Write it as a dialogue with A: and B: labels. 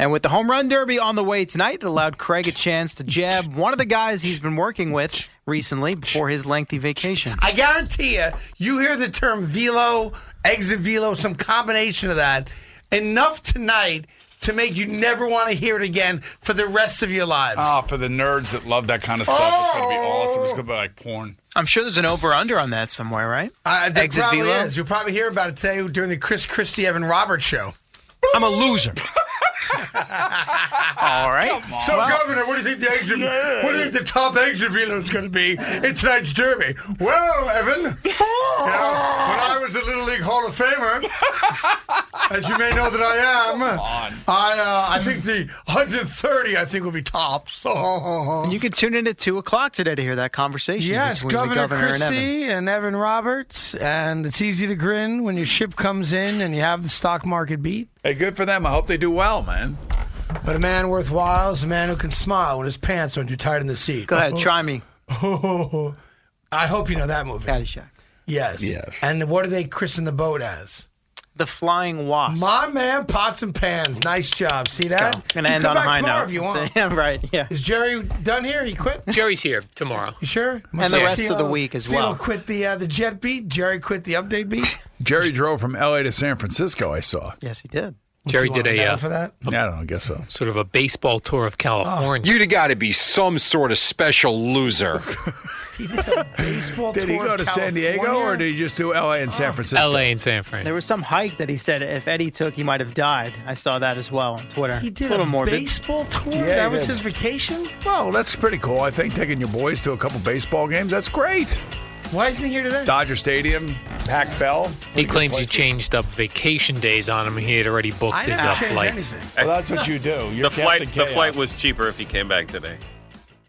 A: And with the home run derby on the way tonight, it allowed Craig a chance to jab one of the guys he's been working with recently before his lengthy vacation.
B: I guarantee you, you hear the term velo, exit velo, some combination of that, enough tonight to make you never want to hear it again for the rest of your lives.
C: Oh, for the nerds that love that kind of stuff, it's going to be awesome. It's going to be like porn.
A: I'm sure there's an over under on that somewhere, right?
B: Uh, that
A: Exit
B: probably
A: velo?
B: is. You'll probably hear about it today during the Chris Christie Evan Roberts show.
D: I'm a loser.
A: All right.
B: So, Governor, what do you think the exit? What do you think the top exit velo is going to be in tonight's derby? Well, Evan, you know, when I was a Little League Hall of Famer, as you may know that I am, I uh, I think the 130 I think will be tops.
A: You can tune in at 2 o'clock today to hear that conversation.
B: Yes,
A: between the
B: Governor,
A: and Evan.
B: Christie and Evan. Roberts, and it's easy to grin when your ship comes in and you have the stock market beat.
C: Hey, good for them. I hope they do well, man.
B: But a man worthwhile is a man who can smile when his pants aren't too tight in the seat.
A: Go ahead, try me.
B: I hope you know that movie.
A: Caddyshack.
B: Yes.
C: Yes.
B: And what do they christen the boat as?
A: The Flying Wasp.
B: My man, pots and pans. Nice job. See that?
A: I'm going to
B: You
A: end
B: come
A: on a
B: back
A: high
B: tomorrow
A: note.
B: if you want.
A: yeah, right, yeah.
B: Is Jerry done here? He quit.
E: Jerry's here tomorrow.
B: You sure?
A: And the rest of
B: E
A: the week as well.
B: CeeLo quit the uh, the jet beat. Jerry quit the update beat.
C: Jerry drove from L.A. to San Francisco. I saw.
A: Yes, he did.
E: Jerry
B: You
E: did
B: want
E: a
B: medal
E: uh,
B: for that.
C: I don't know. I guess so.
E: sort of a baseball tour of California.
D: You'd have got to be some sort of special loser.
B: Baseball
C: Did he
B: tour
C: go
B: of
C: to San Diego
B: California?
C: or did he just do L.A. and San Francisco?
E: L.A. and San Fran.
A: There was some hike that he said if Eddie took, he might have died. I saw that as well on Twitter.
B: he did
A: a little
B: a
A: morbid.
B: baseball tour?
C: Yeah,
B: that
C: he
B: was
C: did.
B: his vacation.
C: Well, that's pretty cool. I think taking your boys to a couple baseball games. That's great.
B: Why isn't he here today?
C: Dodger Stadium, Pac Bell.
E: he claims he changed up vacation days on him. He had already booked
B: I
E: his
B: never
E: uh,
B: changed
E: flights.
B: anything.
C: Well, that's what you do. You're
F: the flight
C: Captain
F: the flight
C: Chaos.
F: was cheaper if he came back today.